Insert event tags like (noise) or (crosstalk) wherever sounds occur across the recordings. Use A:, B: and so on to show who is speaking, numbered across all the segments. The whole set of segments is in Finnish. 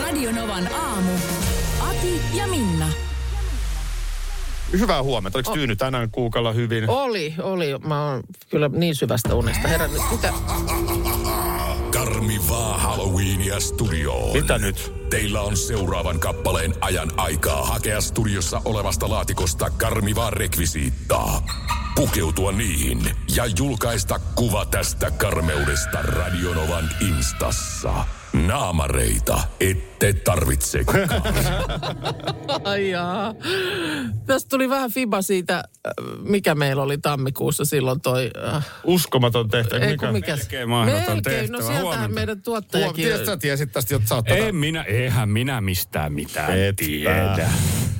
A: Radionovan aamu. Ati ja Minna.
B: Hyvää huomenta. Oliko tyyny tänään kuukalla hyvin?
C: Oli, oli. Mä oon kyllä niin syvästä unesta herännyt. (laughs) Mitä?
D: Karmivaa Halloweenia studioon.
B: Mitä nyt?
D: Teillä on seuraavan kappaleen ajan aikaa hakea studiossa olevasta laatikosta karmivaa rekvisiittaa. Pukeutua niihin ja julkaista kuva tästä karmeudesta Radionovan instassa. Naamareita ette tarvitse.
C: Ai jaa. Tästä tuli vähän fiba siitä, äh, mikä meillä oli tammikuussa silloin toi... Äh,
B: Uskomaton tehtävä.
C: ei kun mikä?
E: Melkein mahdoton
C: no
E: tehtävä.
C: sieltä
E: Huomenta.
C: meidän
B: Huom,
C: tuottajakin...
B: tiesit, sä tiesit tästä, jotta saat tota- tätä.
E: En minä, eihän minä mistään mitään
B: Et
E: tiedä.
B: pää.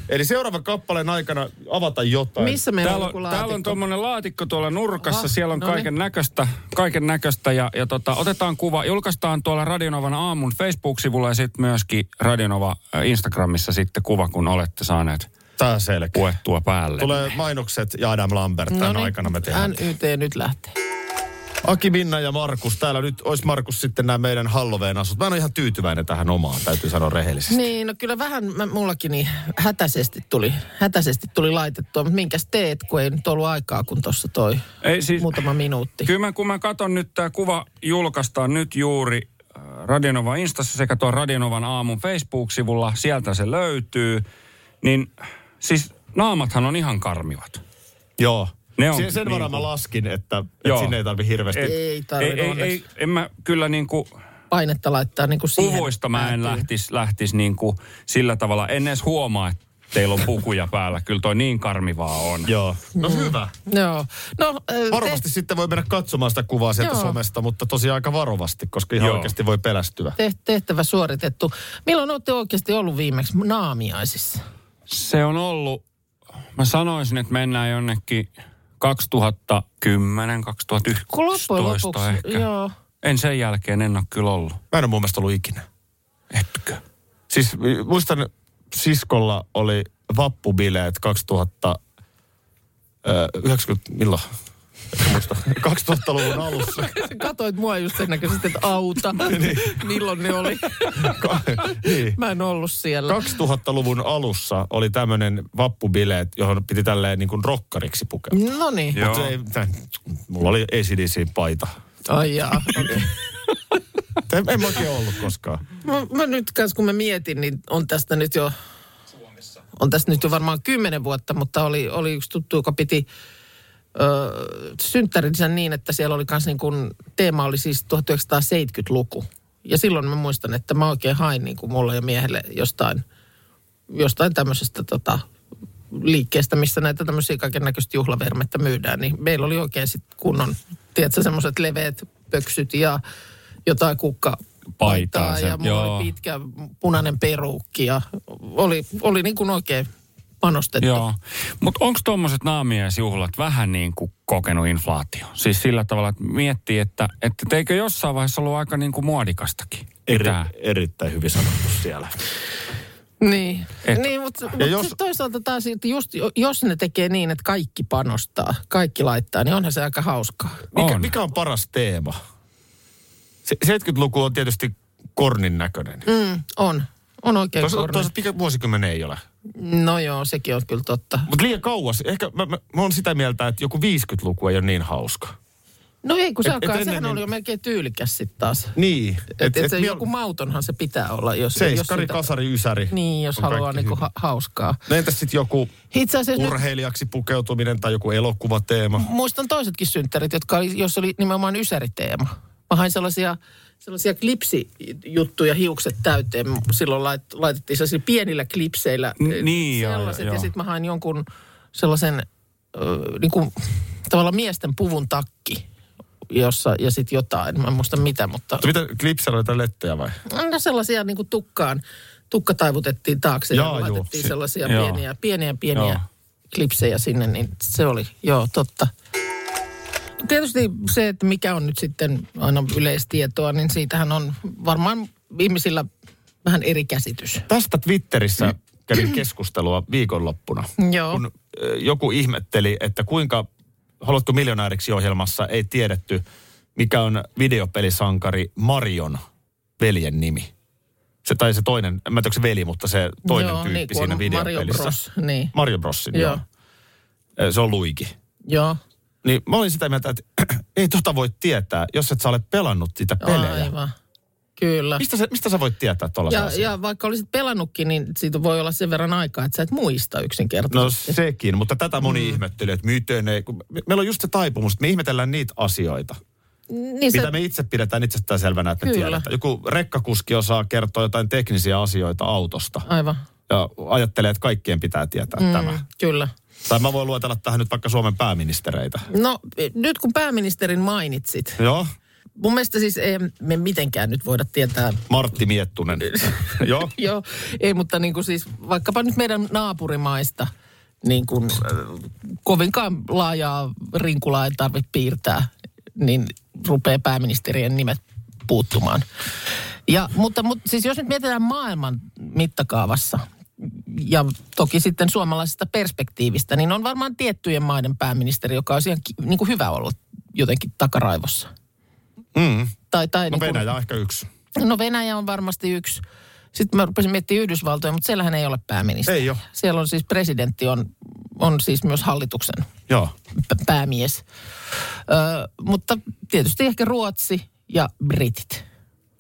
B: Eli seuraava kappaleen aikana avata jotain.
C: Missä meillä
E: Täällä
C: on, joku
E: on, täällä on
C: laatikko?
E: tuommoinen laatikko tuolla nurkassa,
C: Aha,
E: Aha, siellä on
C: no niin.
E: kaiken näköistä, kaiken näköistä ja, ja tota, otetaan kuva, julkaistaan tuolla Radionovan aamun Facebook-sivulla ja sitten myöskin Radionova äh, Instagramissa sitten kuva, kun olette saaneet
B: Tää selkeä.
E: puettua päälle.
B: Tulee mainokset ja Adam Lambert tämän
C: Noniin,
B: aikana me tehdään.
C: NYT nyt lähtee.
B: Aki, Minna ja Markus. Täällä nyt olisi Markus sitten nämä meidän Halloween asut. Mä en ole ihan tyytyväinen tähän omaan, täytyy sanoa rehellisesti.
C: Niin, no kyllä vähän mä, mullakin niin hätäisesti tuli, hätäisesti tuli laitettua, mutta minkäs teet, kun ei nyt ollut aikaa, kun tuossa toi
E: Ei siis,
C: muutama minuutti.
E: Kyllä mä, kun mä katson nyt, tämä kuva julkaistaan nyt juuri äh, Radionova Instassa sekä tuon Radionovan aamun Facebook-sivulla, sieltä se löytyy, niin siis naamathan on ihan karmivat.
B: Joo.
E: Ne on
B: Sen, sen
E: niin
B: verran
E: kuin-
B: mä laskin, että, että
E: Joo.
B: sinne ei tarvi hirveästi.
C: Et- Ei tarvinnut
E: ei, ei,
C: onneksi.
E: ei, en mä kyllä niin kuin
C: Painetta laittaa niin kuin siihen.
E: puvuista mä en
C: päätyyn.
E: lähtisi lähtis niin kuin sillä tavalla, en edes huomaa, että teillä on pukuja päällä. Kyllä toi niin karmivaa on.
B: Joo. No
C: Mm.
B: hyvä.
C: Joo. No, ö,
B: Varovasti sitten voi mennä katsomaan sitä kuvaa sieltä
C: Joo.
B: somesta, mutta tosiaan aika varovasti, koska ihan
E: Joo.
B: oikeasti voi pelästyä.
C: te- te- tehtävä suoritettu. Milloin olette oikeasti ollut viimeksi naamiaisissa?
E: Se on ollut, mä sanoisin, että mennään jonnekin 2010, 2011
C: Loppujen lopuksi,
E: ehkä.
C: joo.
E: En sen jälkeen en ole kyllä ollut.
B: Mä en ole mun mielestä ollut ikinä.
E: Etkö?
B: Siis y- muistan, siskolla oli vappubileet 2000, ö, 90, milloin? En muista. (laughs) 2000-luvun alussa.
C: Katoit mua just sen näköisesti, että auta. Milloin ne oli?
B: Ka- niin.
C: Mä en ollut siellä.
B: 2000-luvun alussa oli tämmöinen vappubileet, johon piti tälleen niin kuin rokkariksi pukeutua.
C: No niin.
E: Joo.
B: Mut ei- tän- Mulla oli ACDC paita.
C: Ai jaa.
B: (laughs)
C: okei.
B: En, en mä oikein ollut koskaan.
C: Mä, mä nyt kans kun mä mietin, niin on tästä nyt jo... On tästä nyt jo varmaan kymmenen vuotta, mutta oli, oli yksi tuttu, joka piti ö, synttärinsä niin, että siellä oli kans niin kun, teema oli siis 1970-luku. Ja silloin mä muistan, että mä oikein hain niin kuin mulle ja miehelle jostain, jostain tämmöisestä tota, liikkeestä, missä näitä tämmöisiä kaiken näköistä juhlavermettä myydään, niin meillä oli oikein sitten kunnon, tiedätkö, semmoiset leveät pöksyt ja jotain kukka
E: Paitaa se,
C: ja mulla
E: joo.
C: oli pitkä punainen peruukki ja oli, oli niin kuin oikein panostettu.
E: Joo. Mutta onko tuommoiset naamiaisjuhlat vähän niin kuin kokenut inflaatio? Siis sillä tavalla, että miettii, että, että teikö jossain vaiheessa ollut aika niin kuin muodikastakin?
B: Eri,
E: Tää.
B: erittäin hyvin sanottu siellä.
C: Niin,
E: Et-
C: niin mutta mut
B: jos-
C: jos... toisaalta taas, että just, jos ne tekee niin, että kaikki panostaa, kaikki laittaa, niin onhan se aika hauskaa.
B: Mikä,
E: On.
B: mikä on paras teema? Se- 70-luku on tietysti kornin näköinen. Mm,
C: Mm, on, on oikein
B: toisaalta,
C: korni.
B: toisaalta mikä vuosikymmen ei ole.
C: No joo, sekin on kyllä totta.
B: Mutta liian kauas. Ehkä mä, mä, mä oon sitä mieltä, että joku 50-luku ei ole niin hauska.
C: No ei kun
B: Et-
C: se alkaa,
B: et
C: sehän
B: ennen-
C: oli jo melkein tyylikäs sitten taas.
B: Niin.
C: Et, et, et, joku mautonhan se pitää olla, jos...
B: Seiskari,
C: jos sitä-
B: kasari, ysäri.
C: Niin, jos
B: on
C: haluaa
B: kaikki
C: niinku
B: hyvä.
C: ha- hauskaa.
B: No entäs sitten joku
C: Itse asiassa nyt
B: urheilijaksi pukeutuminen tai joku elokuvateema?
C: muistan toisetkin synttärit, jotka oli, jos oli nimenomaan ysäriteema. Mä hain sellaisia, sellaisia klipsijuttuja hiukset täyteen. Silloin lait, laitettiin sellaisilla pienillä klipseillä
E: N-
C: eh,
E: niin, joo,
C: sellaiset.
E: joo,
C: ja
E: joo.
C: sitten mä hain niinku, jonkun sellaisen ö, niin kuin, tavallaan miesten puvun takki jossa, ja sitten jotain, mä en muista mitä, mutta
B: Mutta Mitä, klipsellä oli jotain lettejä vai?
C: No sellaisia niin kuin tukkaan, tukka taivutettiin taakse
B: Jaa,
C: ja
B: juu,
C: laitettiin
B: si-
C: sellaisia
E: joo.
C: pieniä, pieniä, pieniä
E: Joo.
C: klipsejä sinne, niin se oli, joo, totta. Tietysti se, että mikä on nyt sitten aina yleistietoa, niin siitähän on varmaan ihmisillä vähän eri käsitys.
B: Tästä Twitterissä kävin keskustelua viikonloppuna.
C: Joo.
B: Kun ö, joku ihmetteli, että kuinka Haluatko miljonääriksi ohjelmassa ei tiedetty, mikä on videopelisankari Marion veljen nimi. Se, tai se toinen, en mä tiedä onko se veli, mutta se toinen
C: Joo,
B: tyyppi
C: niin, kun
B: siinä
C: on
B: videopelissä.
C: Mario Bros, niin.
B: Mario Brosin,
C: Joo.
B: joo. joo. Ö, Se on Luigi.
C: Joo,
B: Niin mä olin sitä mieltä, että (clears throat) ei tota voi tietää, jos et sä ole pelannut sitä pelejä.
C: aivan, kyllä.
B: Mistä, sä, mistä sä voit tietää tuollaisen
C: Ja,
B: asian?
C: ja vaikka olisit pelannutkin, niin siitä voi olla sen verran aikaa, että sä et muista
B: No
C: yksinkertaisesti.
B: sekin, mutta tätä moni mm. ihmetteli, että miten ne, kun me, meillä on just se taipumus, että me ihmetellään niitä asioita,
C: niin
B: se... mitä No, me itse pidetään itsestäänselvänä, että me
C: Kyllä.
B: tiedetään. Joku rekkakuski osaa kertoa jotain teknisiä asioita autosta
C: Aivan,
B: ja ajattelee, että kaikkien pitää tietää mm. tämä.
C: kyllä.
B: Tai mä voin luetella tähän nyt vaikka Suomen pääministereitä.
C: No e, nyt kun pääministerin mainitsit,
B: Joo,
C: mun mielestä siis ei me mitenkään nyt voida tietää,
B: Martti
C: (laughs)
B: Miettunen. Joo,
C: joo, ei mutta niin kuin siis vaikkapa nyt meidän naapurimaista, niin kuin äh, kovinkaan laajaa rinkulaa ei tarvitse piirtää, niin rupeaa pääministerien nimet puuttumaan. Ja, mutta, mutta siis jos nyt mietitään maailman mittakaavassa, ja toki sitten suomalaisesta perspektiivistä, niin on varmaan tiettyjen maiden pääministeri, joka olisi ihan ki- niin kuin hyvä ollut jotenkin takaraivossa.
B: mm.
C: Tai, tai
B: no
C: niin
B: Venäjä on ehkä yksi.
C: Kuin, no Venäjä on varmasti yksi. Sitten mä rupesin miettimään Yhdysvaltoja, mutta siellähän ei ole pääministeri.
B: Ei oo.
C: Siellä on siis presidentti, on, on siis myös hallituksen
B: Joo,
C: p- päämies. Ö, mutta tietysti ehkä Ruotsi ja Britit.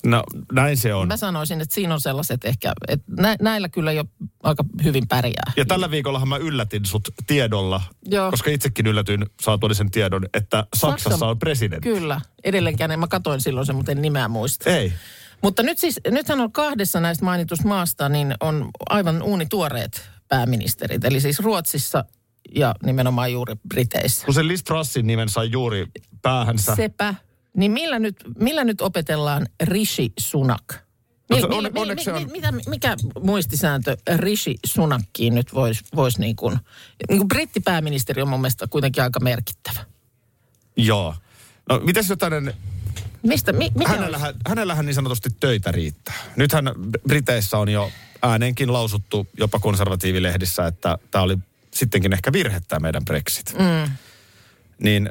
B: no näin se on.
C: Mä sanoisin, että siinä on sellaiset ehkä, että nä- näillä kyllä jo aika hyvin pärjää.
B: Ja tällä viikollahan mä yllätin sut tiedolla,
C: Joo.
B: koska itsekin yllätyin saatuani sen tiedon, että Saksassa
C: Saksa-
B: on presidentti.
C: Kyllä, edelleenkään en mä katoin silloin sen, mutta en nimeä muista.
B: Ei.
C: Mutta nyt siis, nythän on kahdessa näistä mainitusta maasta, niin on aivan uunituoreet pääministerit. Eli siis Ruotsissa ja nimenomaan juuri Briteissä.
B: Kun sen Liz Trussin nimen sai juuri päähänsä.
C: Sepä. Niin millä nyt, millä nyt opetellaan Rishi Sunak?
B: No
C: Mi-
B: se on-
C: millä- mi-
B: onneksi se
C: mi-
B: on-
C: mi- mitä, mikä muistisääntö Rishi Sunakkiin nyt voisi vois niin kuin... Niin kuin brittipääministeri on mun mielestä kuitenkin aika merkittävä.
B: Joo. No mitäs jotain,
C: Mistä, mi, mikä olisi?
B: hänellähän, hänellähän niin sanotusti töitä riittää. Nythän Briteissä on jo ääneenkin lausuttu jopa konservatiivilehdissä, että tämä oli sittenkin ehkä virhe tämä meidän Brexit. Mm. Niin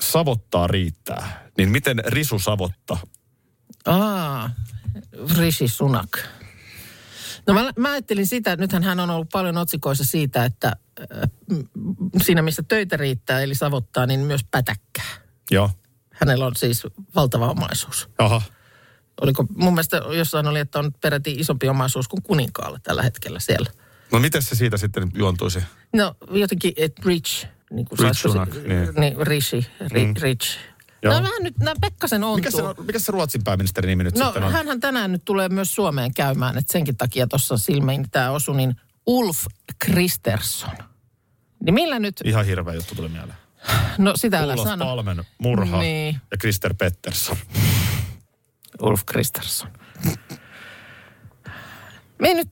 B: savottaa riittää. Niin miten risu savotta?
C: Aa, Rishi Sunak. No mä, mä ajattelin sitä, että nythän hän on ollut paljon otsikoissa siitä, että äh, m- siinä missä töitä riittää, eli savottaa, niin myös pätäkkää.
B: Joo.
C: Hänellä on siis valtava omaisuus.
B: Aha.
C: Oliko, mun mielestä jossain oli, että on peräti isompi omaisuus kuin kuninkaalla tällä hetkellä siellä.
B: No miten se siitä sitten juontuisi?
C: No jotenkin, että rich, niin kuin
B: Rich
C: saisiko se-
B: Sunak, niin.
C: niin. rishi, ri, mm. rich.
B: Joo.
C: Nämä vähän nyt, nämä Pekkasen ontuu.
B: Mikä se, on- mikä se Ruotsin pääministerin nimi nyt
C: No
B: sitten on?
C: hänhän tänään nyt tulee myös Suomeen käymään, että senkin takia tuossa silmiin tämä osui, niin Ulf Kristersson. Niin millä nyt,
B: Ihan hirveä juttu tuli mieleen.
C: no sitä älä
B: Ulos
C: sano.
B: Palmen murha
C: Niin.
B: ja Krister Pettersson.
C: Ulf Kristersson. Me ei nyt,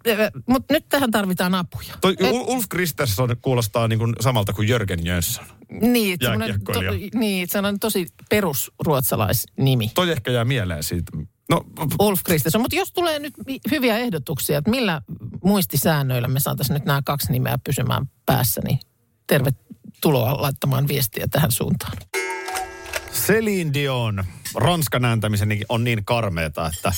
C: mutta nyt tähän tarvitaan apuja.
B: Toi Ul- Ulf Kristersson kuulostaa niin kuin samalta kuin Jörgen Jönsson.
C: Niin, että semmoinen
B: jääkiekkoilija.
C: to, niin, että sellainen tosi perusruotsalaisnimi.
B: Toi ehkä jää mieleen siitä. No,
C: Ulf Kristersson. Mutta jos tulee nyt mi- hyviä ehdotuksia, että millä muistisäännöillä me saataisiin nyt nämä kaksi nimeä pysymään päässä, niin tervetuloa laittamaan viestiä tähän suuntaan.
B: Celine Dion, Ranskan ääntämisen on niin karmeeta, että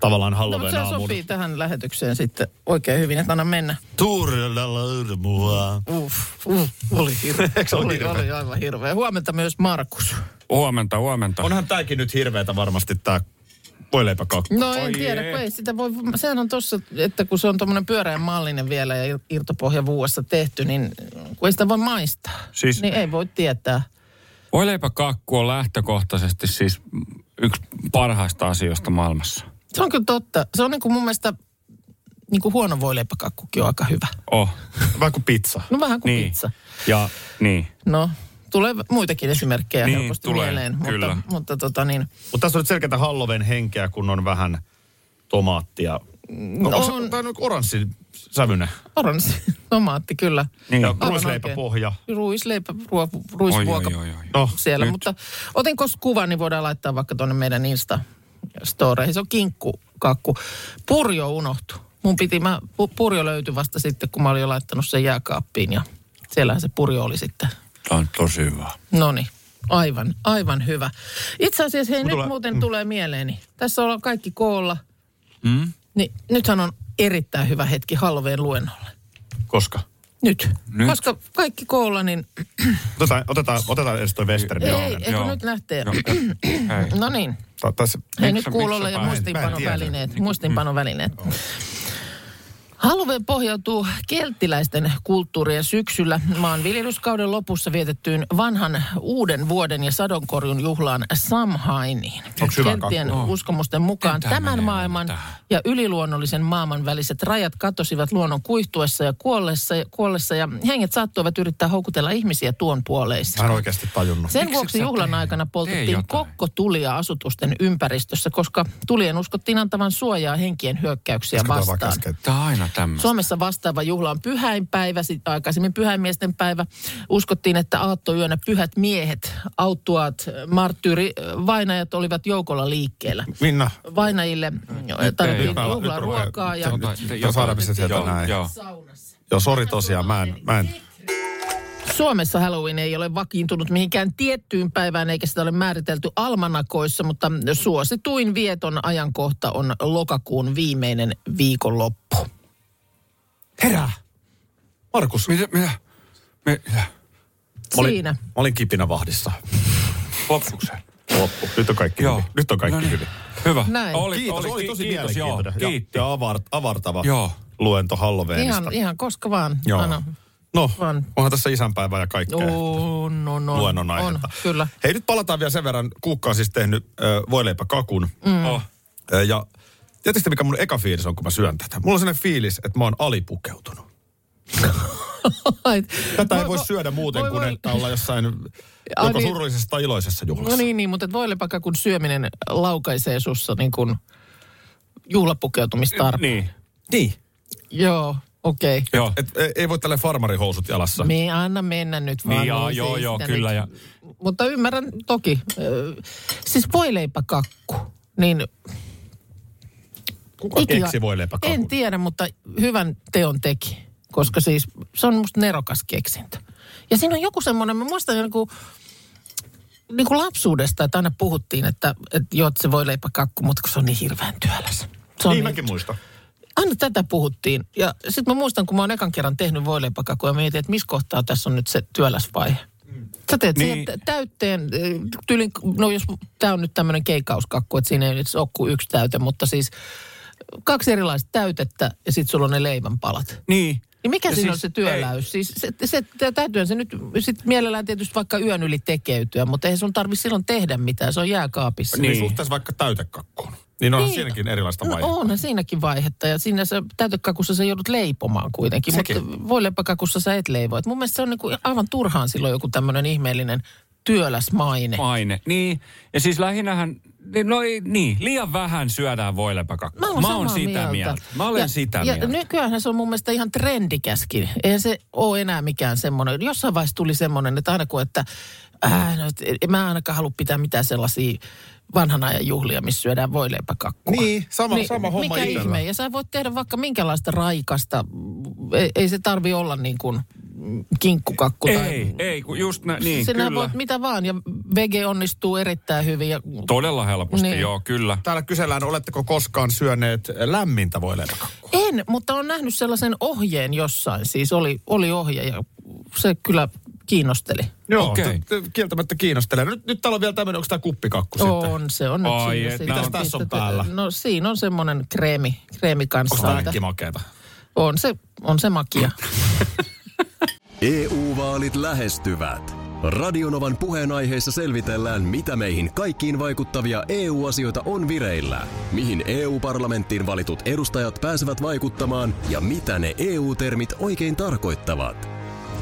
B: tavallaan
C: No, mutta
B: Halloween
C: se
B: aamuun.
C: sopii tähän lähetykseen sitten oikein hyvin, että anna mennä.
B: Tour la la mua.
C: Uff, uff, oli (laughs) hirveä.
B: Eikö se ole
C: oli,
B: hirveä?
C: oli aivan hirveä. Huomenta myös Markus.
E: Huomenta, huomenta.
B: Onhan tääkin nyt hirveetä varmasti tää voileipäkakku.
C: No en
E: Oi
C: tiedä,
E: jee.
C: kun ei sitä voi, sehän on tossa, että kun se on tuommoinen pyöreän mallinen vielä ja ir- irtopohjavuuassa tehty, niin kun ei sitä voi maistaa,
E: Siis-
C: niin ei voi tietää.
E: Voileipäkakku on lähtökohtaisesti siis yksi parhaista asioista maailmassa.
C: Se on kyllä totta. Se on niin kuin mun mielestä niin kuin huono voileipäkakkukin on aika hyvä.
E: Oh,
B: Vähän kuin pizza.
C: No vähän kuin
E: niin.
C: pizza.
E: Ja niin.
C: No, tulee muitakin esimerkkejä
E: Niin,
C: helposti
E: tulee,
C: mieleen.
E: kyllä.
C: Mutta, mutta tota niin,
B: Mutta tässä on nyt selkeätä Halloween henkeä, kun on vähän tomaattia. No, on,
C: on-
B: on, on oranssi sävynä.
C: oranssi (laughs) tomaatti kyllä.
E: Niin.
B: Ja
C: Niin. Aivan oikein.
B: ruisleipäpohja.
C: Ruisleipä, ruo-
E: Oi,
C: ruisruoka
E: Niin. oi, oi, oi.
B: No,
C: siellä.
E: nyt.
C: Mutta otinko kuvan, niin voidaan laittaa vaikka tuonne meidän insta storeihin. Se on kinkkukakku. Purjo unohtu. Mun piti, mä, pu- purjo löytyi vasta sitten, kun mä olin jo laittanut sen jääkaappiin ja siellähän se purjo oli sitten.
E: Tämä on tosi hyvä.
C: No niin, aivan, aivan hyvä. Itse asiassa hei, nyt
B: tulee-
C: muuten tulee mieleeni. Tässä ollaan kaikki koolla.
E: Mm?
C: Niin nythän on erittäin hyvä hetki halveen luennolle.
B: Koska?
C: Nyt.
E: Nyt.
C: Koska kaikki koolla, niin
B: Otetaan, otetaan, otetaan edes toi Westerin.
C: ei,
B: Joo.
C: ei, eikö
E: joo.
C: nyt lähtee?
E: Joo. No, (clears throat) Hei.
C: No niin.
B: Ta- Tässä
C: Hei
E: Miksi-
C: nyt kuulolle ja
E: miksipä en-
C: muistiinpanovälineet. Muistiinpanovälineet.
B: Mm.
C: Halve pohjautuu kelttiläisten kulttuurien syksyllä maanviljelyskauden lopussa vietettyyn vanhan uuden vuoden ja sadonkorjun juhlaan Samhainiin.
B: Onks hyvä
C: Kelttien
B: kakku?
C: uskomusten mukaan
E: Tää
C: tämän
E: menee
C: maailman
E: tähän.
C: ja yliluonnollisen maailman väliset rajat katosivat luonnon kuihtuessa ja kuollessa, kuollessa ja henget saattoivat yrittää houkutella ihmisiä tuon puoleissa.
B: Mä en oikeasti tajunnut.
C: Sen
E: Miksi
C: vuoksi
E: et sä
C: juhlan
E: tee-
C: aikana
E: tee
C: poltettiin
E: jotain?
C: kokkotulia asutusten ympäristössä, koska tulien uskottiin antavan suojaa henkien hyökkäyksiä
B: Pitäisikö tuo vaan
C: vastaan.
B: käskeä?
E: Tämä on aina tämmöistä.
C: Suomessa vastaava juhla on pyhäinpäivä, sit aikaisemmin pyhäinmiesten päivä. Uskottiin, että aattoyönä pyhät miehet, auttuaat, marttyyri, äh, vainajat olivat joukolla liikkeellä.
B: Minna,
C: Vainajille äh,
E: ei.
C: tarvittiin
E: Nyt
B: mä- nyt mä-
C: juhlan ruokaa ja
B: Nyt-
E: Jotain-
B: nyt
E: Tota, jotain-
B: saadaan pistää sieltä
E: joo,
B: näin.
E: Joo.
C: saunassa.
B: joo, sori tosiaan, mä en, mä en.
C: Suomessa Halloween ei ole vakiintunut mihinkään tiettyyn päivään eikä sitä ole määritelty almanakoissa, mutta suosituin vieton ajankohta on lokakuun viimeinen viikonloppu.
B: Herää! Markus, mä
E: Mitä? Mitä? Mitä?
B: olin,
C: Siinä.
B: mä olin kipinä vahdissa.
E: Loppukseen.
B: Loppu. Nyt on kaikki
E: Joo.
B: hyvin. Nyt on kaikki
E: No niin.
B: hyvin.
E: Hyvä.
C: Näin.
E: Oli,
B: Kiitos, oli
E: ki-
B: tosi
E: kiitos, joo.
B: mielenkiintoinen. Ja-
E: Kiitti.
B: Ja avart- avartava
E: Joo.
B: luento Halloweenista.
C: Ihan, ihan koska vaan.
B: Joo.
C: Anna.
B: No,
C: Vaan.
B: onhan tässä isänpäivää ja kaikkea.
C: On, on, on.
B: luennon
C: Oh, no, on,
B: aihetta. (laughs)
C: kyllä.
B: Hei, nyt palataan vielä sen verran. Kuukka on siis tehnyt ö, voileipäkakun. Mm.
E: Oh.
B: Ö, ja tietysti mikä mun eka fiilis on, kun mä syön tätä. Mulla on sellainen fiilis, että mä oon alipukeutunut. Tätä ei voi syödä muuten
C: voi-
B: kuin,
C: voi-
B: että ollaan jossain
C: Ai
B: joko
C: niin.
B: surullisessa tai iloisessa juhlassa.
C: No niin, niin mutta voi lepaka, kun syöminen laukaisee sussa niin kuin juhlapukeutumistarpeen.
E: Niin.
B: niin.
C: Joo, okei. Okay.
E: Joo.
B: Et, ei, ei voi tälle farmarihousut jalassa.
C: Me anna mennä nyt vaan.
E: Niin, jaa,
C: ei se
E: joo, joo,
C: sitä
E: kyllä.
C: nyt-
E: Ja,
C: Mutta ymmärrän toki. Ö, Siis voileipäkakku, niin...
B: Kuka keksi voileipäkakun?
C: En tiedä, mutta hyvän teon teki. Koska siis se on musta nerokas keksintö. Ja siinä on joku semmoinen, mä muistan joku, niin kuin lapsuudesta, että aina puhuttiin, että, että joo, että se voi leipäkakku, mutta kun se on niin hirveän työläs. Se on
B: Niin mäkin muistan.
C: aina tätä puhuttiin. Ja sitten mä muistan, kun mä oon ekan kerran tehnyt voileipäkakkuja, mä mietin, että missä kohtaa tässä on nyt se työläs vaihe. Sä teet niin. siihen
E: Niin.
C: tä- täytteen, ö, tyylin, no jos tää on nyt tämmöinen keikauskakku, että siinä ei nyt ole kuin yksi täyte, mutta siis kaksi erilaista täytettä ja sitten sulla on ne leivänpalat.
E: niin.
C: Niin mikä
E: Ja
C: siinä
E: siis-
C: on se työläys? Siis se, se, se, täytyyhän se nyt sit mielellään tietysti vaikka yön yli tekeytyä, mutta eihän sun tarvi silloin tehdä mitään, se on jääkaapissa.
B: Niin.
E: Niin.
B: niin suhteessa vaikka täytekakkuun. Niin onhan niin.
C: Niin.
B: siinäkin erilaista
C: No
B: vaihetta.
C: onhan siinäkin vaihetta ja siinä sä täytekakussa sä joudut leipomaan kuitenkin, Sekin.
B: Sekin.
C: mutta voi leipäkakussa sä et leivo. Et mun mielestä se on niinku aivan turhaan silloin joku tämmöinen ihmeellinen työläs maine.
E: Paine. Niin. Ja siis lähinnähän, niin, no ei, niin, liian vähän syödään voileipäkakkua.
C: Mä olen,
E: oon
C: samaa
E: sitä mieltä. Mä olen
C: ja,
E: sitä
C: ja
E: mieltä.
C: nykyään se on mun mielestä ihan trendikäskin. Eihän se ole enää mikään semmoinen. Jossain vaiheessa tuli semmoinen, että aina kun, että äh, no, et en mä ainakaan halua pitää mitään sellaisia vanhan ajan juhlia, missä syödään voileipäkakkua.
B: Niin, sama, niin, sama homma
C: Mikä
B: itsellä.
C: ihme? Ja sä voit tehdä vaikka minkälaista raikasta. Ei, ei se tarvi olla niin kuin kinkkukakku tai...
E: ei, ei, kun just nä, niin,
C: Sinä
E: kyllä.
C: voit mitä vaan ja vege onnistuu erittäin hyvin. Ja...
E: Todella helposti,
C: Niin.
E: niin. joo, kyllä.
B: Täällä kysellään, oletteko koskaan syöneet lämmintä voileipäkakkua?
C: En, mutta olen nähnyt sellaisen ohjeen jossain. Siis oli, oli ohje ja se kyllä kiinnosteli.
B: Joo,
E: Okei.
B: t- t- kieltämättä kiinnostelee. Nyt, nyt täällä on vielä tämmöinen, onko tämä kuppikakku sitten?
C: On, se on nyt
E: Ai
C: siinä.
E: et,
C: sitä-
E: mitäs
B: tässä on
C: sitä-
B: päällä?
C: No siinä on semmoinen kreemi, kreemi
B: Onko tämä
C: kanssa.
B: äkkimakeeta?
C: On se, on se makia.
F: EU-vaalit E lähestyvät. Radionovan puheenaiheessa selvitellään, mitä meihin kaikkiin vaikuttavia EU-asioita on vireillä, mihin EU-parlamenttiin valitut edustajat pääsevät vaikuttamaan ja mitä ne EU-termit oikein E tarkoittavat.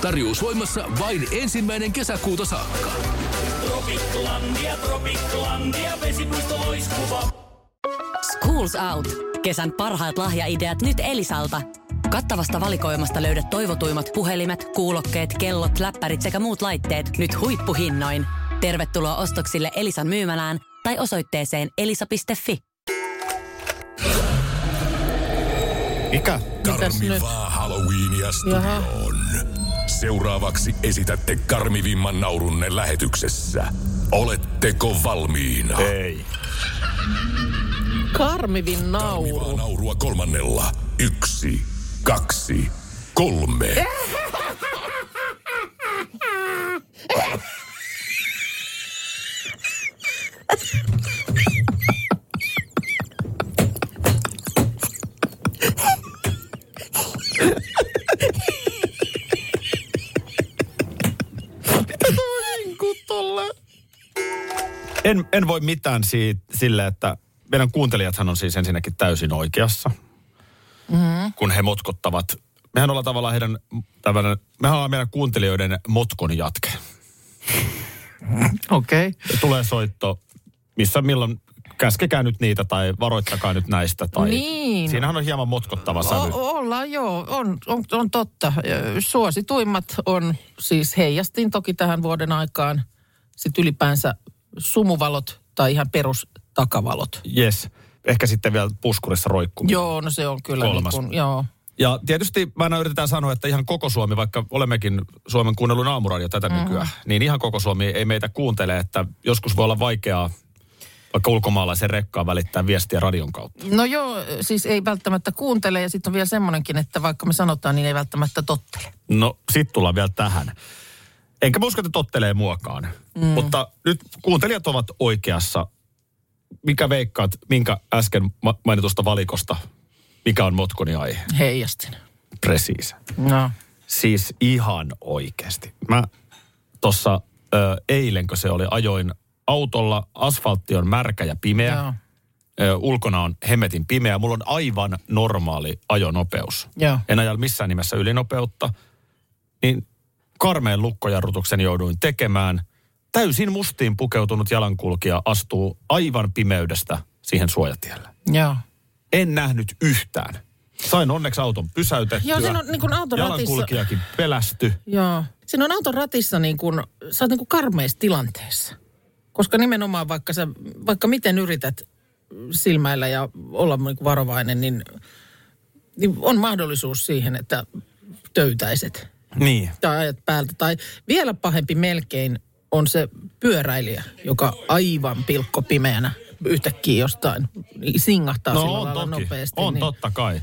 G: Tarjous voimassa vain ensimmäinen kesäkuuta saakka.
H: Tropiklandia, Tropiklandia, vesipuisto loistuva.
I: Schools Out. Kesän parhaat lahjaideat nyt Elisalta. Kattavasta valikoimasta löydät toivotuimmat puhelimet, kuulokkeet, kellot, läppärit sekä muut laitteet nyt huippuhinnoin. Tervetuloa ostoksille Elisan myymälään tai osoitteeseen elisa.fi.
B: Mikä?
C: Mitäs nyt?
D: Karmivaa Halloweenia studioon. Seuraavaksi esitätte karmivimman naurunne lähetyksessä. Oletteko valmiina?
B: Ei.
C: Karmivin nauru.
D: Karmivaa naurua kolmannella. Yksi, kaksi, kolme.
B: En, en voi mitään siitä, sille, että meidän kuuntelijathan on siis ensinnäkin täysin oikeassa, mm. kun he motkottavat. Mehän ollaan tavallaan heidän, tämän, mehän ollaan meidän kuuntelijoiden motkon jatke.
C: Okei.
B: Tulee soitto, missä milloin käskekää nyt niitä tai varoittakaa nyt näistä. Tai,
C: Niin. Oh,
B: Siinähän on hieman motkottava sävy.
C: O- ollaan joo, on, on, on totta. Ö, Suosituimmat on siis heijastin toki tähän vuoden aikaan. Sitten ylipäänsä sumuvalot tai ihan perus takavalot.
B: Yes. Ehkä sitten vielä puskurissa roikkuminen.
C: Joo, no se on kyllä
B: Kolmas.
C: niin kuin, joo.
B: Ja tietysti mä aina yritetään sanoa, että ihan koko Suomi, vaikka olemmekin Suomen kuunnellun aamuradio tätä mm-hmm. nykyään, niin ihan koko Suomi ei meitä kuuntele, että joskus voi olla vaikeaa vaikka ulkomaalaisen rekkaan välittää viestiä radion kautta.
C: No joo, siis ei välttämättä kuuntele ja sitten on vielä semmoinenkin, että vaikka me sanotaan, niin ei välttämättä tottele.
B: No sit tullaan vielä tähän. Enkä mä usko, että tottelee muakaan. Mm. Mutta nyt kuuntelijat ovat oikeassa. Mikä veikkaat, minkä äsken ma- mainitusta valikosta, mikä on motkoni aihe?
C: Heijastin.
B: Presiis.
C: No.
B: Siis ihan oikeasti. Mä tuossa eilenkö se oli, ajoin autolla, asfaltti on märkä ja pimeä.
C: Joo.
B: Ö, ulkona on hemetin pimeä. Mulla on aivan normaali ajonopeus.
C: Joo.
B: En aja missään nimessä ylinopeutta. Niin karmeen lukkojarrutuksen jouduin tekemään. Täysin mustiin pukeutunut jalankulkija astuu aivan pimeydestä siihen suojatielle.
C: Joo.
B: En nähnyt yhtään. Sain onneksi auton pysäytettyä.
C: Joo, siinä on niin kuin auton ratissa.
B: Jalankulkijakin pelästy.
C: Joo. Siinä on auton ratissa niin kuin, sä oot niin kuin karmeessa tilanteessa. Koska nimenomaan vaikka sä, vaikka miten yrität silmäillä ja olla niin kuin varovainen, niin, niin on mahdollisuus siihen, että töytäiset
B: Niin.
C: tai ajat päältä. Tai vielä pahempi melkein on se pyöräilijä, joka aivan pilkko pimeänä yhtäkkiä jostain niin singahtaa sillä lailla nopeasti.
B: No, on
C: niin.
B: totta kai.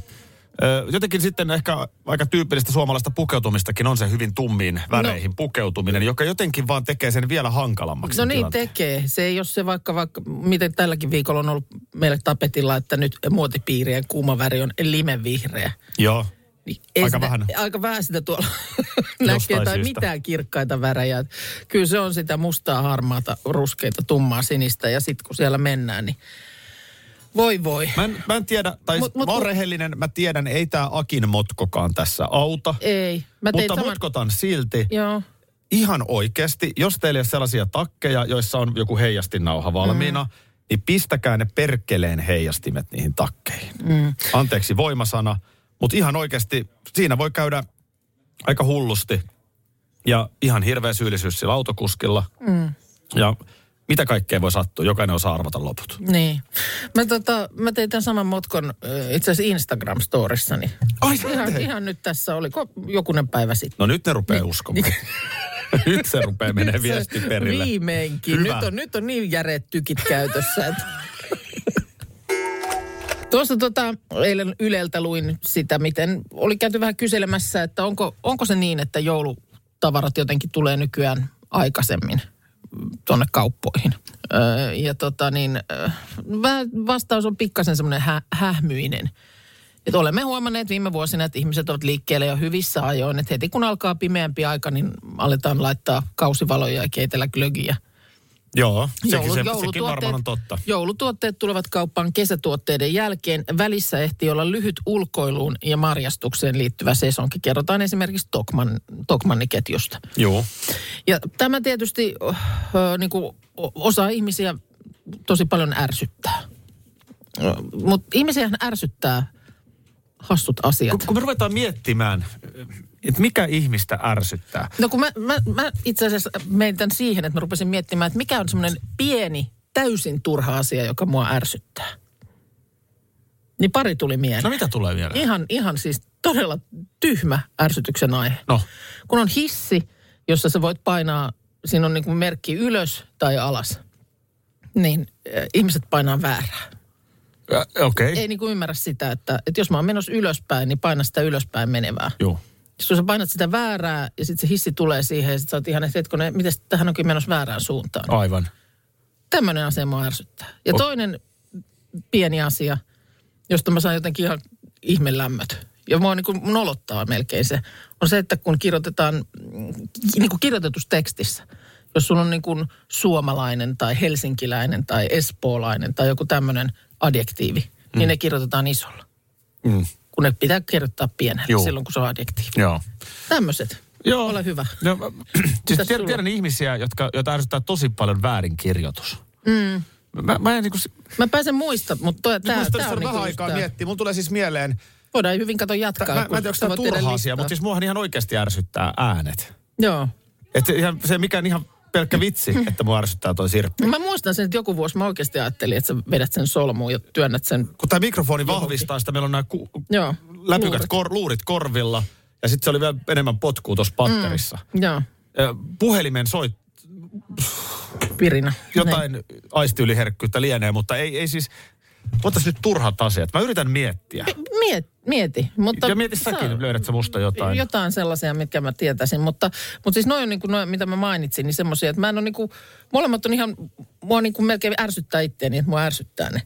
B: Ö, Jotenkin sitten ehkä aika tyypillistä suomalaista pukeutumistakin on se hyvin tummiin väreihin no. pukeutuminen, joka jotenkin vaan tekee sen vielä hankalammaksi.
C: No
B: sen
C: niin
B: tilanteen.
C: tekee. Se ei ole se vaikka, vaikka, miten tälläkin viikolla on ollut meille tapetilla, että nyt muotipiirien kuuma väri on limevihreä.
B: Joo.
C: Niin ei
B: Aika
C: sitä,
B: vähän.
C: Aika vähän sitä tuolla (laughs) näkee tai
B: syystä.
C: mitään kirkkaita värejä. Kyllä se on sitä mustaa, harmaata, ruskeita, tummaa, sinistä ja sitten kun siellä mennään, niin voi voi.
B: Mä en, mä en tiedä, tai mut,
C: Mut-
B: mut,
C: mut-
B: mä oon rehellinen, mä tiedän, ei tää Akin motkokaan tässä auta.
C: Ei. Mä tein
B: mutta
C: saman-
B: motkotan silti.
C: Joo.
B: Ihan oikeasti, jos teillä ei ole sellaisia takkeja, joissa on joku heijastinnauha valmiina, mm. niin pistäkää ne perkeleen heijastimet niihin takkeihin. Mm. Anteeksi voimasana, mutta ihan oikeasti siinä voi käydä aika hullusti ja ihan hirveä syyllisyys sillä autokuskilla. Mm. Ja mitä kaikkea voi sattua, jokainen osaa arvata loput.
C: Niin. Mä, tota, mä tein tämän saman motkon ö, itse asiassa Instagram-storissani.
B: Ai,
C: Ihan, ihan nyt tässä, oliko jokunen päivä sitten.
B: No nyt ne rupeaa uskomaan. (laughs) nyt se rupeaa menee
C: Nyt se-
B: viesti perille.
C: Viimeinkin.
B: Hyvä.
C: Nyt on, nyt on niin järeät tykit käytössä, että... Tuossa tota, eilen Yleltä luin sitä, miten oli käyty vähän kyselemässä, että onko, onko se niin, että joulutavarat jotenkin tulee nykyään aikaisemmin tuonne kauppoihin. Öö, ja tota niin, öö, vä- vastaus on pikkasen semmoinen hä- hähmyinen. Et olemme huomanneet viime vuosina, että ihmiset ovat liikkeellä jo hyvissä ajoin. Että heti kun alkaa pimeämpi aika, niin aletaan laittaa kausivaloja ja keitellä glögiä.
B: Joo, sekin,
C: Joulu-
B: se, sekin varmaan on totta.
C: Joulutuotteet tulevat kauppaan kesätuotteiden jälkeen. Välissä ehtii olla lyhyt ulkoiluun ja marjastukseen liittyvä sesonki. Kerrotaan esimerkiksi Tokman, Tokmanniketjusta.
B: Joo.
C: Ja tämä tietysti ö, ö, niin kuin o- osaa ihmisiä tosi paljon ärsyttää. Mutta ihmisiä ärsyttää hassut asiat.
B: Kun, kun me ruvetaan miettimään, että mikä ihmistä ärsyttää.
C: No kun mä, mä, mä itse asiassa meitän siihen, että mä rupesin miettimään, että mikä on semmoinen pieni, täysin turha asia, joka mua ärsyttää. Niin pari tuli mieleen.
B: No mitä tulee vielä?
C: Ihan, ihan siis todella tyhmä ärsytyksen aihe.
B: No,
C: Kun on hissi, jossa sä voit painaa, siinä on niin kuin merkki ylös tai alas, niin äh, ihmiset painaa väärää.
B: äh, okei. Okay.
C: Ei niin kuin ymmärrä sitä, että, että jos mä oon menossa ylöspäin, niin paina sitä ylöspäin menevää.
B: Joo.
C: Sitten kun sä painat sitä väärää ja sitten se hissi tulee siihen ja sitten sä oot ihan, että hetkinen, miten tähän onkin menossa väärään suuntaan. Oh.
B: Aivan.
C: Tämmöinen asia mua ärsyttää. Ja oh. toinen pieni asia, josta mä saan jotenkin ihan ihmelämmöt. Ja mua niin kuin nolottaa melkein se, on se, että kun kirjoitetaan, mm, ki- niin kuin kirjoitetustekstissä, jos sulla on niin kuin suomalainen tai helsinkiläinen tai espoolainen tai joku tämmöinen adjektiivi, mm. niin ne kirjoitetaan isolla.
B: Mm.
C: Kun ne pitää kirjoittaa pienellä
B: Juu.
C: silloin, kun se on adjektiivi.
B: Joo.
C: Tämmöiset.
B: Joo.
C: Ole hyvä.
B: No, mä- siis tiedän,
C: Mitäs sulla?
B: tiedän ihmisiä, jotka, joita ärsyttää tosi paljon väärinkirjoitus. Mm. Mä, mä en niinku...
C: Mä pääsen muista, mutta toi,
B: Tää,
C: tää,
B: musta
C: tää
B: tää
C: on
B: on
C: niinku
B: vähän
C: just
B: aikaa
C: tää.
B: miettiä. Mulla tulee siis mieleen,
C: Voidaan hyvin kato
B: tää, mä,
C: jatkaa.
B: mä en tiedä, onko
C: sä
B: tämä
C: voit tehdä
B: turha asia,
C: listaa.
B: mutta siis muahan ihan oikeasti ärsyttää äänet.
C: Joo.
B: Et se, ihan, se mikään ihan pelkkä vitsi, että mua ärsyttää toi sirppi.
C: Mä muistan sen, että joku vuosi mä oikeasti ajattelin, että sä vedät sen solmuun ja työnnät sen.
B: Kun tämä mikrofoni vahvistaa sitä, meillä on nämä ku,
C: Joo.
B: läpykät,
C: Luurit.
B: kor, luurit korvilla. Ja sitten se oli vielä enemmän potkua tuossa patterissa.
C: Joo,
B: Ö, Puhelimen soit,
C: pirinä.
B: jotain aistiyliherkkyyttä lienee, mutta ei, ei siis... Ottaisi nyt turhat asiat. Mä yritän miettiä.
C: Niin. Miet, mieti. Mutta
B: Ja mieti säkin, löydät sä musta jotain.
C: jotain sellaisia, mitkä mä tietäisin. Mutta, mutta siis noin on niin kuin, noi, mitä mä mainitsin, niin semmoisia, että mä en ole niin kuin, molemmat on ihan, mua niin kuin melkein ärsyttää itteeni, että mua ärsyttää ne.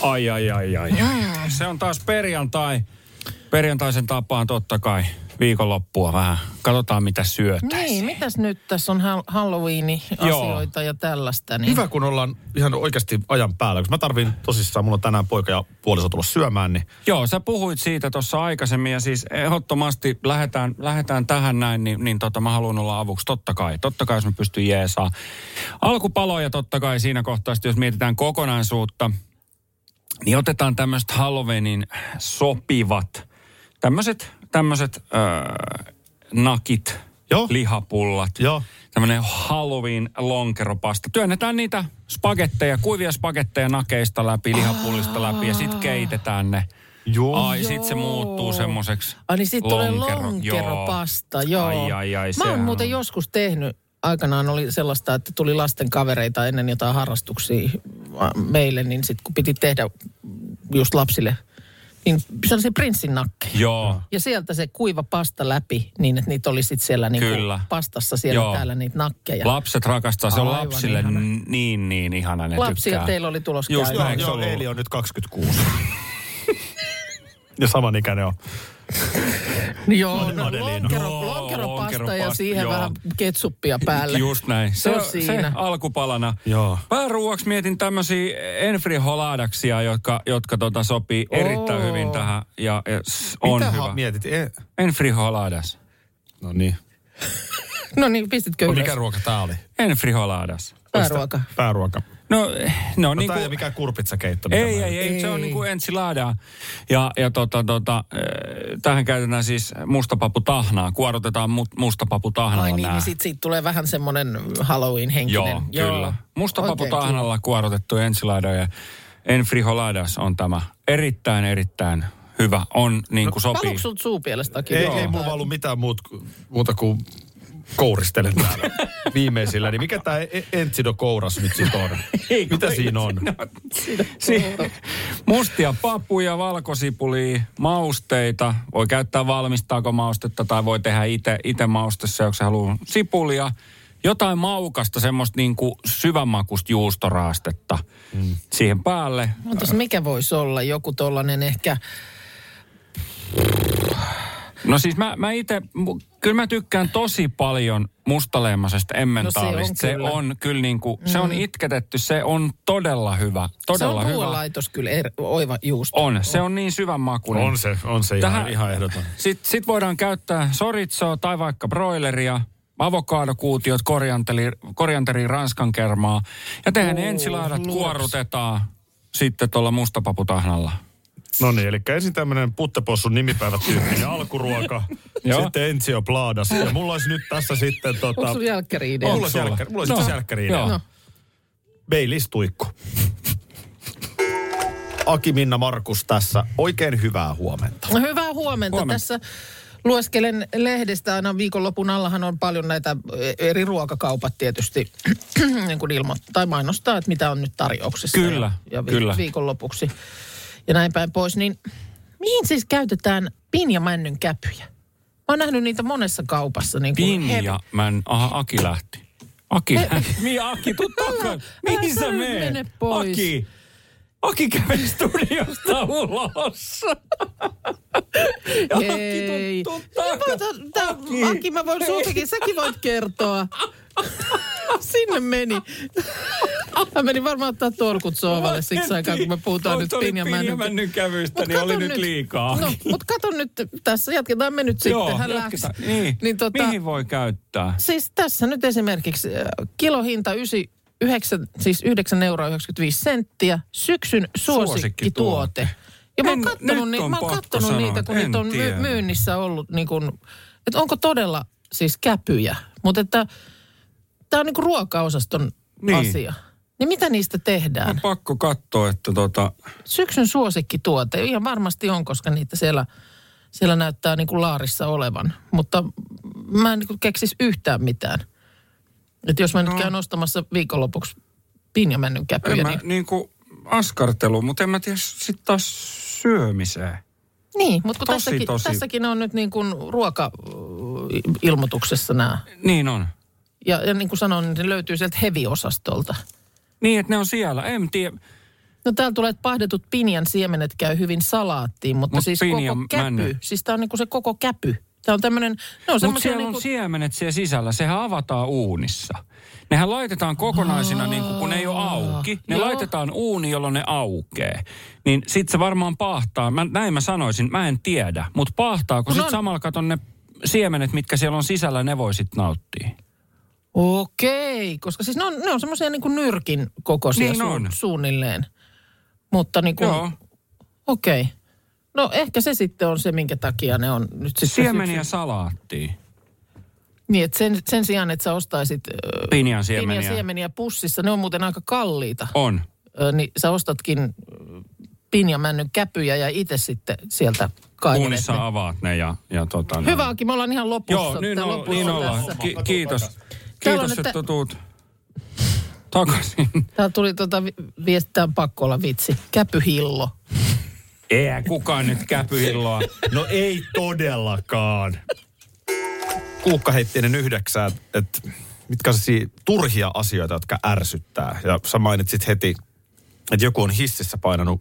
E: Ai, ai, ai, ai. ai. Se on taas perjantai. Perjantaisen tapaan totta kai viikonloppua vähän. Katsotaan, mitä syötäisiin.
C: Niin, mitäs nyt tässä on hal- Halloween-asioita ja tällaista. Niin...
B: Hyvä, kun ollaan ihan oikeasti ajan päällä. Koska mä tarvin tosissaan, mulla on tänään poika ja puoliso tulla syömään, niin
E: Joo, sä puhuit siitä tuossa aikaisemmin ja siis ehdottomasti lähdetään, lähdetään tähän näin, niin, niin tota, mä haluan olla avuksi. Totta kai, totta kai jos mä pystyn jeesaa. Alkupaloja totta kai siinä kohtaa, sitten jos mietitään kokonaisuutta, niin otetaan tämmöiset Halloweenin sopivat, tämmöiset tämmöiset öö, nakit,
B: Joo.
E: lihapullat,
B: Joo.
E: tämmöinen Halloween lonkeropasta. Työnnetään niitä spagetteja, kuivia spagetteja nakeista läpi, lihapullista läpi ja sitten keitetään ne.
B: Joo.
E: Ai, sit se muuttuu semmoiseksi
C: Ai niin sit tulee
E: lonkero-
C: lonkeropasta, joo.
E: Ai, ai, ai,
C: Mä oon
E: sehän
C: muuten
E: on.
C: joskus tehnyt, aikanaan oli sellaista, että tuli lasten kavereita ennen jotain harrastuksia äh, meille, niin sitten kun piti tehdä just lapsille, niin sellaisia prinssin nakkeja.
E: Joo.
C: Ja sieltä se kuiva pasta läpi, niin että niitä oli sitten siellä niinku
E: Kyllä.
C: pastassa siellä
E: Joo.
C: Joo. täällä niitä nakkeja.
E: Lapset rakastaa, se on
C: Aivan
E: lapsille
C: ihana.
E: n- niin, niin ihana, ne
C: Lapsia
E: tykkää.
C: teillä oli tulossa
E: Just
C: käymään.
B: joo,
E: näin, eikö
B: joo
E: ollut?
B: Eili on nyt 26. (laughs) ja saman ikäinen on.
C: Joo, no,
B: Madeleine.
E: Joo,
C: lonkero, lonkeropasta ja
E: lonkeropasta,
C: siihen
E: joo.
C: vähän ketsuppia päälle.
E: Just näin.
C: Se on
E: se
C: siinä.
E: alkupalana.
B: Joo.
E: Pääruuaksi mietin tämmöisiä enfriholadaksia, jotka, jotka tota sopii oh. erittäin hyvin tähän. Ja, ja s- on
B: Mitä
E: hyvä.
B: mietit? E-
E: Enfriholadas.
B: no niin.
C: No niin, pistitkö ylös?
B: Mikä ruoka tää oli?
E: Enfriholadas.
C: Pääruoka.
B: Pääruoka.
E: No, no,
B: No,
E: niin
B: tää
E: kuin...
B: ei ole mikään kurpitsakeitto. mitä
E: Ei,
B: mä-
E: ei, ei, se on
C: Ei.
E: niin kuin ensilaadaa. Ja, ja tota, tota, äh, tähän käytetään siis mustapaputahnaa. Kuorotetaan mu- mustapaputahnalla
C: Ai niin,
E: nää.
C: niin sit, siitä tulee vähän semmoinen Halloween-henkinen.
E: Joo, Joo, kyllä.
C: Oikein
E: Mustapaputahnalla kuorotettu ensilada ja enfriholadas on tämä erittäin, erittäin hyvä. On niin kuin
C: kiva.
E: sopii.
C: Valuuko sulta suupielestäkin?
B: Ei, ei mulla ollut mitään muut, muuta kuin kouristelen
E: (laughs)
B: täällä viimeisillä. Niin mikä tämä Entsido kouras nyt sit
E: (laughs)
B: on? Mitä siinä on?
E: Si- mustia papuja, valkosipulia, mausteita. Voi käyttää valmistaako maustetta tai voi tehdä itse maustessa, jos se haluaa sipulia. jotain maukasta, semmoista niin kuin syvänmakusta juustoraastetta mm. siihen päälle.
C: Mutta mikä voisi olla joku tollanen ehkä,
E: No siis mä, mä itse, kyllä mä tykkään tosi paljon mustaleimasesta emmentaalista.
C: No se on kyllä.
E: se on kyllä niin kuin, mm. se on itketetty, se on todella hyvä.
C: se
E: Todella
C: on
E: hyvä.
C: ruoanlaitos kyllä er, oiva juusto.
E: On, se on niin syvän makuinen.
B: On se, on se ihan,
E: Tähän-
B: ihan ehdoton.
E: Sitten sit voidaan käyttää soritsoa tai vaikka broileria, avokaadokuutiot, korjanteli, korjanteri, ranskankermaa. Ja tehdään
C: Oh,
E: ne ensilaidat, kuorutetaan sitten tuolla mustapaputahnalla.
B: No niin, eli ensin tämmöinen puttepossun
E: (laughs)
B: nimipäivätyyppinen alkuruoka,
E: Joo.
B: sitten Enzio Plaadas. Ja mulla olisi nyt tässä sitten tota...
C: Onko sun jälkkäriidea?
B: Mulla olisi jälkkä- mulla olisi itse jälkkäri idea.
E: No,
C: No.
E: Joo.
B: Baileys-tuikku. Aki Minna Markus tässä. Oikein hyvää huomenta.
C: No, hyvää huomenta.
E: Huomenta.
C: huomenta. Tässä lueskelen lehdestä aina viikonlopun allahan on paljon näitä e- eri ruokakaupat tietysti (clears throat) niin kuin ilmo- tai mainostaa, että mitä on nyt tarjouksessa.
E: Kyllä,
C: ja, ja vi-
E: kyllä.
C: viikonlopuksi ja näin päin pois. Niin mihin siis käytetään pinjamännyn käpyjä? Mä oon nähnyt niitä monessa kaupassa. Niin kuin
E: Pinja, mä en, aha, Aki lähti. Aki lähti. Mia, Aki, tuu takaisin. Mihin
C: älä
E: sä
C: nyt
E: meet?
C: mene pois.
E: Aki. Aki kävi studiosta ulos.
C: Ei.
E: Aki, tuu, tuu takaisin.
C: Voita- tää- Aki, mä voin sultakin, säkin voit kertoa. Sinne meni. Mä menin varmaan ottaa tolkut sohvalle siksi aikaa, kun me puhutaan nyt Pinjamännyn.
E: Pinjamännyn kävystä,
C: Mut
E: niin oli
C: kato
E: nyt liikaa.
C: No, mut kato nyt, tässä jatketaan me nyt sitten. Hän lähti.
E: jatketa- Niin,
C: Niin tota,
E: mihin voi käyttää?
C: Siis tässä nyt esimerkiksi äh, kilohinta 9, 9, siis 9 euroa 95 senttiä, syksyn suosikkituote.
E: Suosikkituote.
C: Ja mä
E: En-
C: oon
E: nyt
C: kattonut, ni,
E: on
C: mä oon
E: pakko
C: kattonut
E: sanoa,
C: niitä, kun
E: en
C: niitä on my,
E: tiedä.
C: myynnissä ollut, niin kun, että onko todella siis käpyjä. Mutta että tämä on niin ruokaosaston
E: Niin.
C: niin. asia. Niin mitä niistä tehdään?
E: On pakko katsoa, että tota,
C: Syksyn suosikkituote, ihan varmasti on, koska niitä siellä, siellä näyttää niin kuin laarissa olevan. Mutta mä en niin kuin keksisi yhtään mitään. Et jos mä nyt käyn ostamassa viikonlopuksi pinjamännyn
E: No. en
C: käpyjä,
E: mä
C: niin,
E: niinku askartelu, mutta en mä tiedä sit taas syömiseen.
C: niin mutta kun
E: tosi,
C: tässäkin,
E: tosi-
C: tässäkin on nyt niin kuin ruoka-ilmoituksessa nämä.
E: Niin on.
C: Ja, ja niin kuin sanoin, niin se löytyy sieltä heviosastolta.
E: Niin, että ne on siellä. En tiedä.
C: No täällä tulee, että pahdetut pinjan siemenet käy hyvin salaattiin, mutta
E: Mut
C: Mut siis
E: pinjan
C: koko käpy.
E: männy.
C: Siis tää on niin kuin se koko käpy. Tämä on tämmöinen, no
E: Mutta
C: semmoisia
E: siellä on
C: niinku,
E: siemenet siellä sisällä. Sehän avataan uunissa. Nehän laitetaan kokonaisina, niin kuin, kun ne ei ole auki. Ne
C: Joo.
E: laitetaan uuni, jolloin ne aukee. Niin sit se varmaan pahtaa. Mä, näin mä sanoisin, mä en tiedä. Mutta pahtaa, kun
C: Kun
E: sit
C: on-
E: samalla katon ne siemenet, mitkä siellä on sisällä, ne voi sit nauttia.
C: Okei, koska siis ne on, ne on semmoisia niin kuin nyrkin kokoisia
E: Niin
C: niin
E: on.
C: su- suunnilleen. Mutta niin kuin,
E: Joo.
C: okei. No ehkä se sitten on se, minkä takia ne on nyt sitten...
E: Siemeniä
C: syksy-
E: salaattiin.
C: Niin, että sen, sen sijaan, että sä ostaisit äh,
E: Pinjan
C: pieniä
E: siemeniä.
C: siemeniä pussissa, ne on muuten aika kalliita.
E: On.
C: Ö, niin sä ostatkin äh, pinjamännyn käpyjä ja itse sitten sieltä kaivelet.
E: Uunissa avaat ne ja, ja tota...
C: Hyvä, Aki, me ollaan ihan lopussa.
E: Joo, niin,
C: tää
E: olla,
C: lopussa
E: niin ollaan.
C: tässä.
E: Ki- kiitos.
C: Täällä
E: Kiitos,
C: on,
E: että
C: että-
E: tuut takaisin. (laughs)
C: Täällä tuli tuota vi- viestää pakko olla vitsi. Käpyhillo.
E: Ei kukaan nyt käpyhilloa.
B: No ei todellakaan. Kuukka heitti ennen yhdeksää, että mitkä on sellaisia turhia asioita, jotka ärsyttää. Ja sä mainitsit heti, että joku on hississä painanut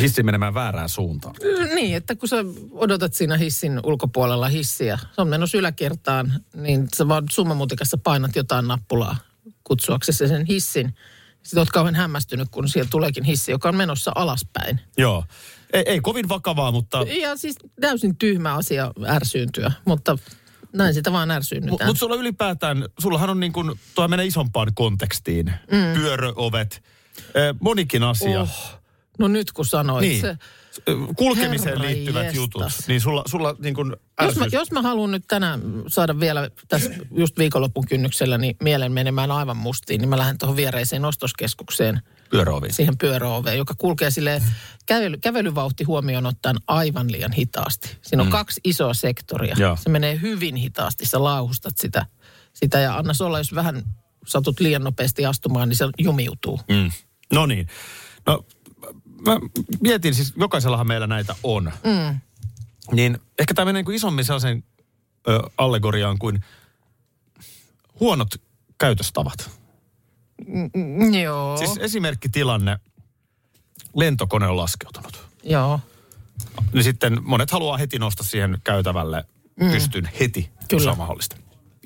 B: hissin menemään väärään suuntaan.
C: Niin, että kun sä odotat siinä hissin ulkopuolella hissiä, se on menossa yläkertaan, niin sä vaan summamutikassa painat jotain nappulaa kutsuaksesi sen hissin. Sitten oot kauhean hämmästynyt, kun siellä tuleekin hissi, joka on menossa alaspäin.
B: Joo. Ei, ei kovin vakavaa, mutta...
C: Ja siis täysin tyhmä asia ärsyyntyä, mutta näin sitä vaan
B: Mutta
C: ärsyynytään.
B: mut sulla ylipäätään, sullahan on niin kuin, tuo menee isompaan kontekstiin. Mm. Pyöröovet, eh, monikin asia.
C: oh, no nyt kun sanoit
B: niin.
C: se.
B: Kulkemiseen
C: Herra
B: liittyvät
C: jestas.
B: jutut. Niin sulla, sulla niin kuin
C: Jos mä, jos mä haluan nyt tänään saada vielä tässä just viikonlopun kynnyksellä niin mielen menemään aivan mustiin, niin mä lähden tuohon viereiseen ostoskeskukseen
B: pyöröovi.
C: siihen pyöräoveen, joka kulkee sille kävely, kävelyvauhti huomioon ottaen aivan liian hitaasti. Siinä on mm. kaksi isoa sektoria.
B: Joo.
C: Se menee hyvin hitaasti, sä lauhustat sitä, sitä ja anna se olla, jos vähän satut liian nopeasti astumaan, niin se jumiutuu.
B: Mm. No niin. No, mä mietin siis, jokaisellahan meillä näitä on. Mm. niinku Niin ehkä tämä menee niin kuin isommin sellaisen ö, allegoriaan kuin huonot käytöstavat.
C: Joo.
B: Siis esimerkkitilanne, lentokone on laskeutunut.
C: Joo,
B: Niin sitten monet haluaa heti nostaa siihen käytävälle mm. pystyn heti, kun se
C: Kyllä.
B: on mahdollista.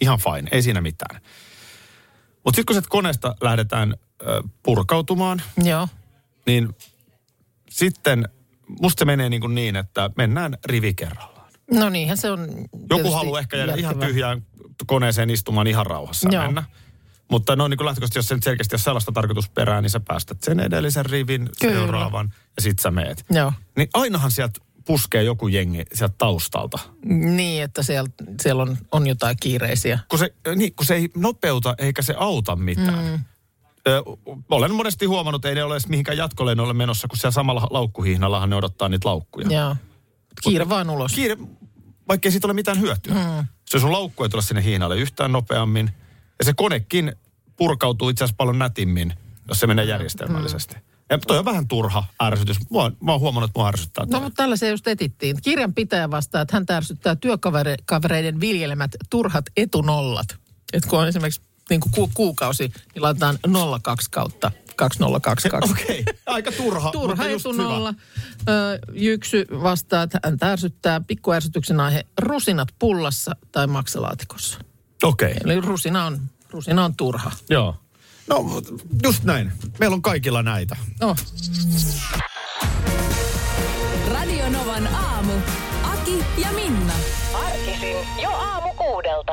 B: Ihan fine, ei siinä mitään. Mutta sitten kun sieltä koneesta lähdetään ö, purkautumaan,
C: joo.
B: niin sitten musta se menee niin, kuin niin että mennään rivi kerrallaan.
C: No niinhän se on
B: Joku
C: tietysti
B: haluaa ehkä jäädä ihan
C: järkevää.
B: tyhjään koneeseen istumaan ihan rauhassa ja
C: Joo.
B: mennä. Mutta no niin kuin lähtökohtaisesti, jos sen selkeästi jos sellaista tarkoitusperää, niin sä päästät sen edellisen rivin,
C: Kyllä.
B: seuraavan ja sit sä meet.
C: Joo.
B: Niin ainahan sieltä puskee joku jengi sieltä taustalta.
C: Niin, että siellä, siellä on, on jotain kiireisiä.
B: Kun se, niin, kun se ei nopeuta eikä se auta mitään. Mm. Ö, olen monesti huomannut, ei ne ole edes mihinkään jatkolennolle menossa, kun siellä samalla laukkuhihnallahan ne odottaa niitä laukkuja.
C: Joo. Kiire vaan ulos.
B: kiire, vaikkei siitä ole mitään hyötyä.
C: Hmm.
B: Mm. Se sun laukku ei tule sinne hiinalle yhtään nopeammin. Ja se konekin purkautuu itse asiassa paljon nätimmin, jos se menee järjestelmällisesti.
C: Hmm.
B: Mm. Ja toi on vähän turha ärsytys. Mua, on- mä oon huomannut, että mua ärsyttää.
C: No
B: No,
C: mutta tällaisia just etittiin. Kirjan pitää vastaa, että hän ärsyttää työkavereiden viljelemät turhat etunollat. Et kun on esimerkiksi niin kuin ku, kuukausi, niin laitetaan 02 kautta 2022.
B: Okei, okay. aika turha.
C: (laughs) Turha
B: mutta just
C: etunolla. Ö, Jyksy vastaa, että hän ärsyttää pikkuärsytyksen aihe rusinat pullassa tai maksalaatikossa.
B: hyvä. Okei, okay.
C: Eli rusina on, rusina on turha.
B: joo. No mut just näin. Meillä on kaikilla näitä.
C: No,
A: Radio Novan aamu. Aki ja Minna.
J: Arkisin jo aamu kuudelta.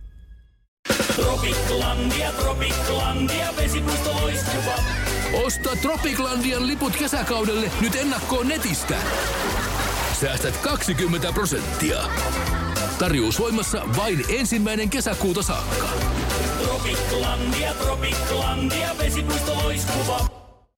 H: Tropiklandia, Tropiklandia, vesipuisto loistuva.
G: Osta Tropiclandian liput kesäkaudelle nyt ennakkoon netistä. Säästät 20 prosenttia. Tarjous voimassa vain ensimmäinen kesäkuuta saakka.
H: Tropiklandia, Tropiklandia, vesipuisto loistuva.